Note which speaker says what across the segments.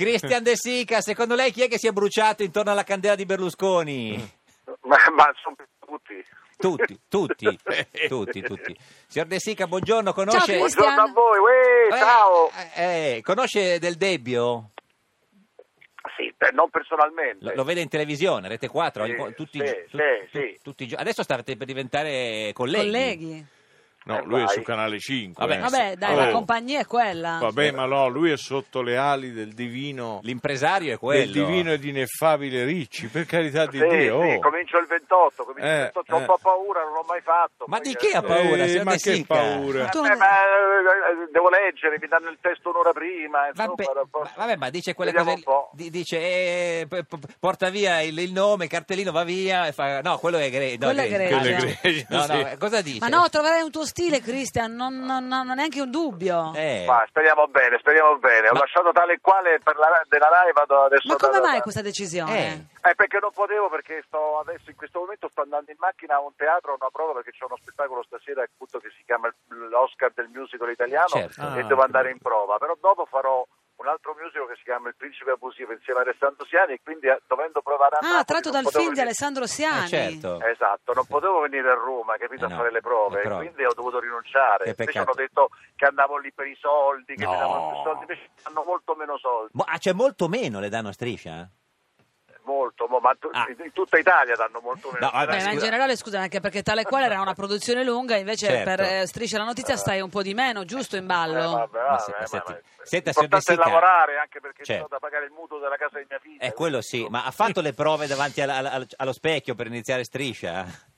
Speaker 1: Christian De Sica, secondo lei chi è che si è bruciato intorno alla candela di Berlusconi?
Speaker 2: Ma, ma sono tutti.
Speaker 1: Tutti, tutti, tutti, tutti. Signor De Sica, buongiorno, conosce...
Speaker 2: Eh, Buongiorno a voi, uè,
Speaker 1: Eh,
Speaker 2: ciao.
Speaker 1: eh, conosce Del Debbio?
Speaker 2: Sì, beh, non personalmente.
Speaker 1: Lo, lo vede in televisione, Rete 4,
Speaker 2: Sì,
Speaker 1: ogni- tutti, i
Speaker 2: sì,
Speaker 1: gio- tu-
Speaker 2: sì,
Speaker 1: tu-
Speaker 2: sì.
Speaker 1: tutti i gio- adesso state per diventare colleghi.
Speaker 3: Colleghi.
Speaker 2: Eh,
Speaker 4: No, lui è
Speaker 2: vai.
Speaker 4: su Canale 5.
Speaker 1: Vabbè,
Speaker 4: eh.
Speaker 3: Vabbè, dai,
Speaker 4: Oh,
Speaker 3: la compagnia è quella.
Speaker 4: Vabbè, ma no, lui è sotto le ali del divino,
Speaker 1: L'impresario è quello.
Speaker 4: del divino ed ineffabile Ricci, per carità
Speaker 2: Sì,
Speaker 4: di Dio.
Speaker 2: sì,
Speaker 4: oh.
Speaker 2: comincio il 28, comincio il
Speaker 4: Eh,
Speaker 2: 28. Ho un
Speaker 4: eh.
Speaker 2: po' paura, non l'ho mai fatto.
Speaker 1: Ma
Speaker 2: poi,
Speaker 1: di che
Speaker 2: eh,
Speaker 1: ha paura,
Speaker 4: Eh,
Speaker 1: signor
Speaker 4: ma
Speaker 1: De
Speaker 4: che
Speaker 1: Sica?
Speaker 4: paura.
Speaker 3: Tu-
Speaker 2: eh, ma, eh, eh, devo leggere, mi danno il testo un'ora prima.
Speaker 1: Vabbè,
Speaker 2: Insomma, era po-
Speaker 1: ma- vabbè, ma dice quelle
Speaker 2: Vediamo
Speaker 1: cose.
Speaker 2: un po'.
Speaker 1: di- Dice eh, p- p- porta via il, il nome, il cartellino va via. E fa, no, quello è Grecia.
Speaker 3: Quello è Grecia. Quello
Speaker 4: è Grecia,
Speaker 1: No, no,
Speaker 4: sì.
Speaker 1: eh, cosa dice?
Speaker 3: Ma no, troverai un tuo stile, Christian, non, non, non ho neanche un dubbio.
Speaker 1: Eh,
Speaker 2: Ma speriamo bene, speriamo bene. Ho lasciato tale e quale per la, della RAI vado adesso
Speaker 3: Ma come
Speaker 2: da-
Speaker 3: mai
Speaker 2: da-
Speaker 3: questa decisione?
Speaker 1: Eh.
Speaker 2: Eh, perché non potevo, perché sto adesso in questo momento sto andando in macchina a un teatro, a una prova, perché c'è uno spettacolo stasera appunto che si chiama l'Oscar del musical italiano
Speaker 1: Certo.
Speaker 2: e
Speaker 4: Ah,
Speaker 2: devo andare in prova. Però dopo farò un altro musical che si chiama Il Principe Abusivo insieme a Alessandro Siani e quindi eh, dovendo provare a Napoli,
Speaker 3: Ah, tratto
Speaker 2: non
Speaker 3: dal
Speaker 2: potevo
Speaker 3: film di
Speaker 2: venire-
Speaker 3: Alessandro
Speaker 1: eh,
Speaker 3: Siani.
Speaker 1: certo.
Speaker 2: Esatto, non potevo venire a Roma, capito,
Speaker 1: Eh no,
Speaker 2: a fare le prove,
Speaker 1: le prove.
Speaker 2: quindi ho dovuto rinunciare.
Speaker 1: Che
Speaker 2: Invece
Speaker 1: peccato.
Speaker 2: hanno detto che andavo lì per i soldi, che mi
Speaker 1: No.
Speaker 2: davano più soldi, invece hanno molto meno soldi.
Speaker 1: Mo- ah, c'è molto meno le danno a striscia? eh?
Speaker 2: Molto, mo- ma tu-
Speaker 1: Ah.
Speaker 2: in tutta Italia danno molto meno.
Speaker 1: No, vabbè,
Speaker 3: Beh, ma in
Speaker 1: Scusa.
Speaker 3: generale, scusa, anche perché tale e quale era una produzione lunga, invece
Speaker 1: Certo.
Speaker 3: per eh, Striscia la notizia stai un po' di meno, giusto, in
Speaker 2: Eh,
Speaker 3: ballo?
Speaker 2: vabbè,
Speaker 1: Ma se-
Speaker 2: vabbè,
Speaker 1: ma senti-
Speaker 2: ma-
Speaker 1: senta, signor De
Speaker 2: l'importante è
Speaker 1: Sica-
Speaker 2: lavorare anche perché
Speaker 1: Certo.
Speaker 2: sono da pagare il mutuo della casa di mia figlia.
Speaker 1: Eh, quello sì, ma ha fatto le prove davanti al- al- allo specchio per iniziare striscia?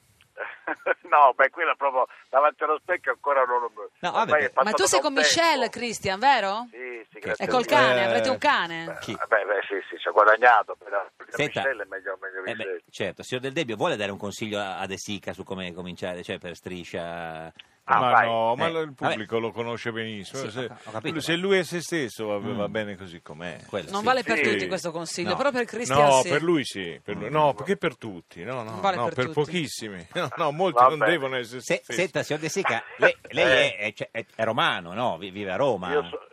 Speaker 2: no, beh, quella proprio davanti allo specchio ancora non...
Speaker 1: No,
Speaker 2: ormai
Speaker 1: vabbè.
Speaker 2: è
Speaker 3: Ma
Speaker 2: passato
Speaker 3: tu sei
Speaker 2: da
Speaker 3: con
Speaker 2: un
Speaker 3: Michelle,
Speaker 2: tempo.
Speaker 3: Christian, vero?
Speaker 2: Sì, sì,
Speaker 1: Che-
Speaker 2: grazie
Speaker 3: E
Speaker 2: a
Speaker 3: col
Speaker 2: Dio.
Speaker 3: cane,
Speaker 4: Eh.
Speaker 3: avrete un cane?
Speaker 1: Chi-
Speaker 2: Eh, Beh, beh, sì, sì, ci ha guadagnato. per la- per la
Speaker 1: Senta,
Speaker 2: Michelle è meglio, meglio
Speaker 1: eh, beh,
Speaker 2: Michelle.
Speaker 1: certo, signor Del Debbio, vuole dare un consiglio a a De Sica su come cominciare, cioè per striscia?
Speaker 2: Ah,
Speaker 4: ma
Speaker 2: vai.
Speaker 4: no, ma
Speaker 1: Eh,
Speaker 4: il pubblico lo conosce benissimo.
Speaker 1: Sì,
Speaker 4: se,
Speaker 1: ho- ho capito,
Speaker 4: lui- se
Speaker 1: ma-
Speaker 4: lui è se stesso va, va bene così com'è.
Speaker 1: Quello
Speaker 3: Non
Speaker 1: sì.
Speaker 3: vale per
Speaker 2: Sì.
Speaker 3: tutti questo consiglio,
Speaker 1: No. Mm.
Speaker 3: però per Christian
Speaker 4: no,
Speaker 3: sì.
Speaker 4: per lui sì, per lui- no, perché per tutti, no, no,
Speaker 3: Non vale
Speaker 4: no,
Speaker 3: per
Speaker 4: per,
Speaker 3: tutti.
Speaker 4: pochissimi, no, no, molti
Speaker 2: Va
Speaker 4: non
Speaker 2: bene.
Speaker 4: devono essere
Speaker 1: Se-
Speaker 4: stessi.
Speaker 1: senta, signor De Sica, lei, lei è, è- cioè, è- è romano, no? Vi- Vive a Roma.
Speaker 2: Eh. Io so-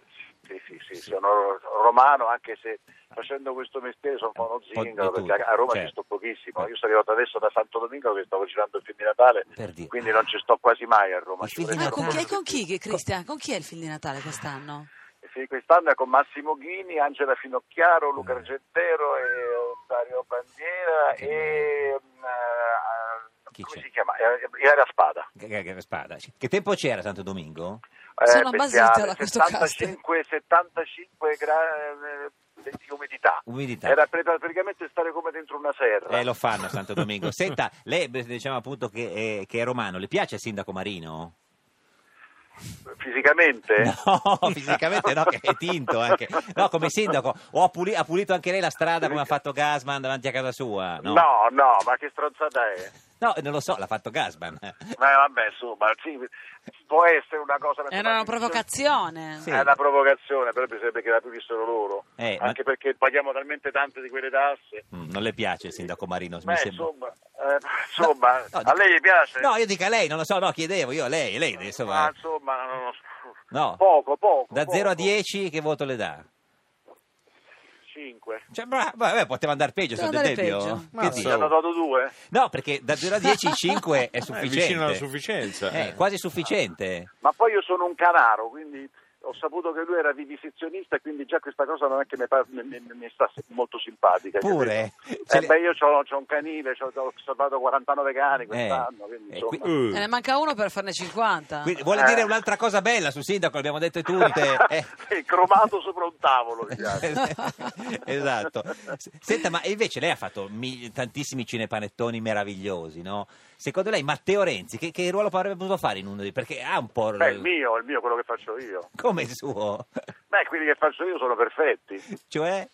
Speaker 2: sì, sì, sì, sono romano anche se facendo questo mestiere sono un po' uno
Speaker 1: Un po' di
Speaker 2: zingaro perché
Speaker 1: tutto,
Speaker 2: a Roma
Speaker 1: certo.
Speaker 2: ci sto pochissimo. Io sono arrivato adesso da Santo Domingo che stavo girando il film di Natale,
Speaker 1: Per dire.
Speaker 2: quindi non ci sto quasi mai a Roma.
Speaker 1: Il
Speaker 2: Ci
Speaker 1: film di
Speaker 2: vorrei
Speaker 3: Ah,
Speaker 2: stare
Speaker 3: con chi,
Speaker 2: molto
Speaker 3: e con
Speaker 2: di
Speaker 3: chi, che- Christian? Con chi è il film di Natale quest'anno?
Speaker 2: più. Sì, quest'anno è con Massimo Ghini, Angela Finocchiaro, Luca Argentero e Dario Bandiera
Speaker 1: Mm. Che-
Speaker 2: e mm, eh,
Speaker 1: Chi
Speaker 2: come
Speaker 1: c'è?
Speaker 2: si chiama? Eh, Ilaria Spada. Eh,
Speaker 1: Che- che- che spada. Che tempo c'era Santo Domingo?
Speaker 2: bestiale,
Speaker 3: Sono basita da questo
Speaker 2: 75, 75 gradi eh, di umidità.
Speaker 1: Umidità.
Speaker 2: Era pre- praticamente stare come dentro una serra.
Speaker 1: Eh, lo fanno a Santo Domingo. Senta, lei beh, diciamo appunto che è, che è romano, le piace il sindaco Marino?
Speaker 2: Fisicamente?
Speaker 1: No, fisicamente no, che è tinto anche. No, come sindaco. O ha, puli- ha pulito anche lei la strada come ha fatto Gasman davanti a casa sua? No,
Speaker 2: no, no, ma che stronzata è?
Speaker 1: No, non lo so, l'ha fatto Gasman.
Speaker 2: Ma vabbè, su, ma sì, può essere una cosa...
Speaker 3: Era una provocazione.
Speaker 1: Sì.
Speaker 2: È una provocazione, però bisognerebbe che la pulissero loro.
Speaker 1: Eh, ma-
Speaker 2: Anche perché paghiamo talmente tante di quelle tasse.
Speaker 1: Mm, Non le piace il sindaco Marino, mi
Speaker 2: Beh,
Speaker 1: sembra.
Speaker 2: insomma, eh, insomma
Speaker 1: No, no,
Speaker 2: a lei gli piace?
Speaker 1: No, io dico a lei, non lo so, no, chiedevo io a lei, lei
Speaker 2: Ma
Speaker 1: insomma,
Speaker 2: insomma, no,
Speaker 1: No.
Speaker 2: Ah, poco, poco.
Speaker 1: da 0 a
Speaker 2: poco.
Speaker 1: 10 che voto le dà?
Speaker 2: 5.
Speaker 1: Cioè, bra- vabbè, poteva andare peggio,
Speaker 3: Poteva
Speaker 1: sono del
Speaker 3: andare
Speaker 1: Debbio.
Speaker 4: peggio.
Speaker 1: Che
Speaker 4: Ma
Speaker 1: dici?
Speaker 2: Ci Ah, hanno dato due?
Speaker 1: No, perché da 0 a 10 5 è
Speaker 4: Eh, è
Speaker 1: sufficiente.
Speaker 4: vicino alla sufficienza.
Speaker 1: Eh,
Speaker 4: eh.
Speaker 1: quasi sufficiente.
Speaker 2: Ma poi io sono un canaro, quindi ho saputo che lui era vivisezionista, quindi già questa cosa non è che mi, par- mi- mi- mi sta molto simpatica.
Speaker 1: Pure?
Speaker 2: Eh, capito?
Speaker 1: Ce
Speaker 2: Eh,
Speaker 1: le-
Speaker 2: beh, io c'ho, c'ho un canile, c'ho- ho salvato 49 cani quest'anno,
Speaker 1: Eh,
Speaker 2: quindi
Speaker 1: eh,
Speaker 2: insomma...
Speaker 1: qui-
Speaker 3: Ne
Speaker 4: Eh,
Speaker 3: manca uno per farne 50.
Speaker 1: Quindi vuole
Speaker 2: Eh.
Speaker 1: dire un'altra cosa bella sul sindaco, l'abbiamo detto tutte. Eh.
Speaker 2: Sì, cromato sopra un tavolo. si chiama.
Speaker 1: esatto. S- Senta, ma invece lei ha fatto mi- tantissimi cinepanettoni meravigliosi, no? Secondo lei Matteo Renzi che, che ruolo avrebbe potuto fare in uno di perché ha un po'
Speaker 2: Beh, il mio, il mio, quello che faccio io.
Speaker 1: come il suo,
Speaker 2: Beh, quelli che faccio io sono perfetti.
Speaker 1: cioè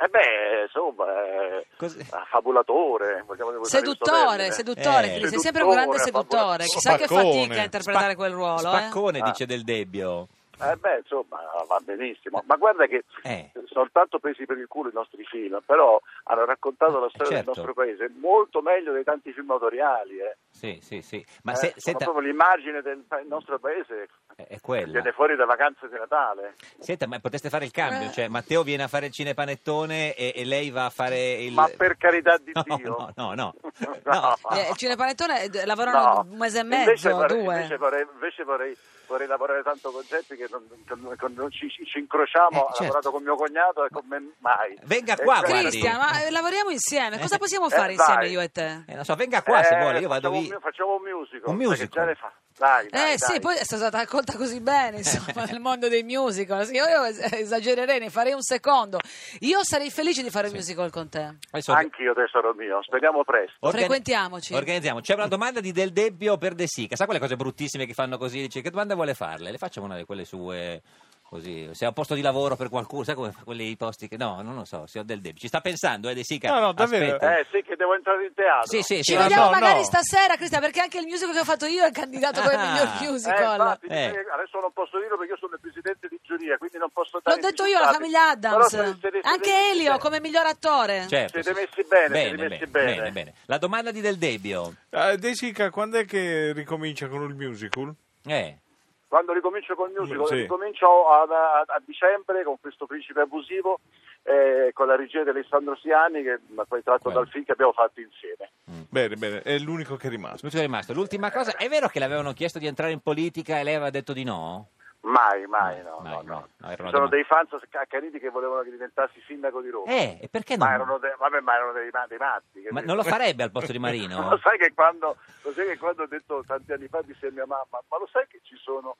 Speaker 2: Eh beh, insomma, eh,
Speaker 1: Così.
Speaker 2: affabulatore. vogliamo usare questo
Speaker 3: Seduttore,
Speaker 2: termine.
Speaker 3: seduttore,
Speaker 1: Eh.
Speaker 3: Chris, sei sempre un grande seduttore.
Speaker 2: Seduttore,
Speaker 3: Chissà che
Speaker 4: Spaccone.
Speaker 3: fatica a interpretare quel ruolo, eh.
Speaker 1: Spaccone
Speaker 2: eh?
Speaker 1: dice del Debbio.
Speaker 2: Eh beh, insomma, va benissimo. Ma guarda che
Speaker 1: Eh.
Speaker 2: soltanto presi per il culo i nostri film, però hanno raccontato la storia
Speaker 1: certo.
Speaker 2: del nostro paese molto meglio dei tanti film autoriali. eh.
Speaker 1: Sì, sì, sì. Ma
Speaker 2: Eh,
Speaker 1: se-
Speaker 2: sono
Speaker 1: senta,
Speaker 2: proprio l'immagine del pa- nostro paese
Speaker 1: È- è quella.
Speaker 2: Viene fuori da vacanze di Natale.
Speaker 1: Senta, ma potreste fare il
Speaker 2: Eh.
Speaker 1: cambio? Cioè, Matteo viene a fare il cinepanettone e, e lei va a fare il...
Speaker 2: Ma per carità di
Speaker 1: No,
Speaker 2: Dio.
Speaker 1: no, no, no.
Speaker 2: No.
Speaker 3: Eh, il cinepanettone eh, lavorano
Speaker 2: No.
Speaker 3: un mese e
Speaker 2: Invece
Speaker 3: mezzo,
Speaker 2: vorrei-
Speaker 3: due.
Speaker 2: Invece, vorrei, invece vorrei- vorrei lavorare tanto con gente che non, con- con- non ci, ci- ci incrociamo.
Speaker 1: Eh,
Speaker 2: ha
Speaker 1: certo.
Speaker 2: lavorato con mio cognato e con me mai.
Speaker 1: Venga
Speaker 2: E
Speaker 1: qua,
Speaker 2: cioè-
Speaker 1: guardi.
Speaker 3: Cristian, ma eh, lavoriamo insieme, cosa possiamo
Speaker 2: Eh, dai.
Speaker 3: fare insieme io e te?
Speaker 1: Eh, non so, venga qua se
Speaker 2: Eh,
Speaker 1: vuole, io vado
Speaker 2: facciamo
Speaker 1: lì.
Speaker 2: un- Facciamo un musical.
Speaker 1: Un
Speaker 2: perché
Speaker 1: musical.
Speaker 2: già ne fa- Dai, dai,
Speaker 3: Eh sì,
Speaker 2: dai.
Speaker 3: poi è stata raccolta così bene, insomma, nel mondo dei musical. Sì, Io es- esagererei, ne farei un secondo. Io sarei felice di fare un musical con te.
Speaker 1: Adesso-
Speaker 2: Anch'io tesoro mio, speriamo presto.
Speaker 1: Organi-
Speaker 3: Frequentiamoci.
Speaker 1: Organizziamo. C'è una domanda di Del Debbio per De Sica. Sa quelle cose bruttissime che fanno così? Dice che domanda vuole farle? Le facciamo una di quelle sue. Così, se ha un posto di lavoro per qualcuno, sai come quelli posti che. No, non lo so, signor Del Debbio. Ci sta pensando, eh, De Sica?
Speaker 4: No, no, davvero.
Speaker 1: Aspetta.
Speaker 2: Eh sì che devo entrare in teatro.
Speaker 1: Sì,
Speaker 2: Eh,
Speaker 1: sì,
Speaker 3: Ci
Speaker 1: sì.
Speaker 4: no,
Speaker 3: vediamo
Speaker 4: no,
Speaker 3: magari
Speaker 4: no.
Speaker 3: stasera, Cristian, perché anche il musical che ho fatto io è candidato come
Speaker 1: Ah.
Speaker 3: miglior
Speaker 2: Eh,
Speaker 3: musical.
Speaker 2: infatti,
Speaker 1: Eh.
Speaker 2: Adesso non posso dirlo perché io sono il presidente di giuria, quindi non posso
Speaker 3: L'ho
Speaker 2: dare
Speaker 3: detto
Speaker 2: i
Speaker 3: io, la
Speaker 2: risultati.
Speaker 3: famiglia
Speaker 2: Però
Speaker 3: Adams.
Speaker 2: se- se- se-
Speaker 3: Anche
Speaker 2: se-
Speaker 3: Elio come miglior attore.
Speaker 1: Certo,
Speaker 2: Siete
Speaker 1: sì,
Speaker 2: messi
Speaker 1: sì.
Speaker 2: bene,
Speaker 1: Bene,
Speaker 2: siete messi
Speaker 1: bene,
Speaker 2: bene.
Speaker 1: bene. La domanda di Del Debbio.
Speaker 4: Eh, De Sica, quando è che ricomincia con il musical?
Speaker 1: Eh.
Speaker 2: Quando ricomincio col musical,
Speaker 4: Sì.
Speaker 2: ricomincio a, a- a dicembre con questo principe abusivo, eh, con la regia di Alessandro Siani, che ma poi tratto
Speaker 1: Bello.
Speaker 2: dal film che abbiamo fatto insieme.
Speaker 4: Bene, bene, è l'unico che è rimasto.
Speaker 1: L'ultimo è rimasto. L'ultima cosa, è vero che le avevano chiesto di entrare in politica e lei aveva detto di no?
Speaker 2: Mai, mai, no,
Speaker 1: Mai,
Speaker 2: no,
Speaker 1: mai.
Speaker 2: no.
Speaker 1: No, era una domanda.
Speaker 2: Ci sono dei fans accaniti che volevano che diventassi sindaco di Roma.
Speaker 1: Eh, e perché
Speaker 2: Ma erano,
Speaker 1: no?
Speaker 2: dei, vabbè, ma erano dei, ma- dei matti. che-
Speaker 1: Ma non lo farebbe al posto di Marino?
Speaker 2: Lo sai che quando, lo sai che quando ho detto tanti anni fa disse a mia mamma, ma lo sai che ci sono,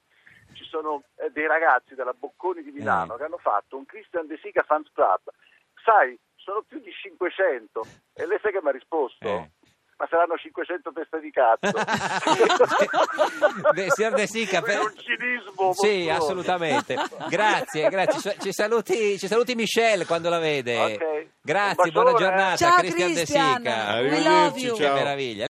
Speaker 2: ci sono eh, dei ragazzi della Bocconi di Milano
Speaker 1: Eh.
Speaker 2: che hanno fatto un Christian De Sica Fans Club? Sai, sono più di 500. E lei sai che mi ha risposto?
Speaker 1: Eh.
Speaker 2: Ma saranno 500 teste di cazzo.
Speaker 1: De- signor De Sica, per-
Speaker 2: È un cinismo.
Speaker 1: Sì,
Speaker 2: mostruoso.
Speaker 1: assolutamente. Grazie, grazie. Ci saluti, ci saluti Michelle quando la vede.
Speaker 2: Ok. Un
Speaker 1: Grazie, buona
Speaker 2: bacione, eh.
Speaker 1: giornata,
Speaker 3: Ciao
Speaker 1: Cristian De
Speaker 3: Cristian,
Speaker 1: Sica.
Speaker 3: we
Speaker 4: Arrivederci,
Speaker 3: love you.
Speaker 1: Che
Speaker 4: ciao.
Speaker 1: meraviglia.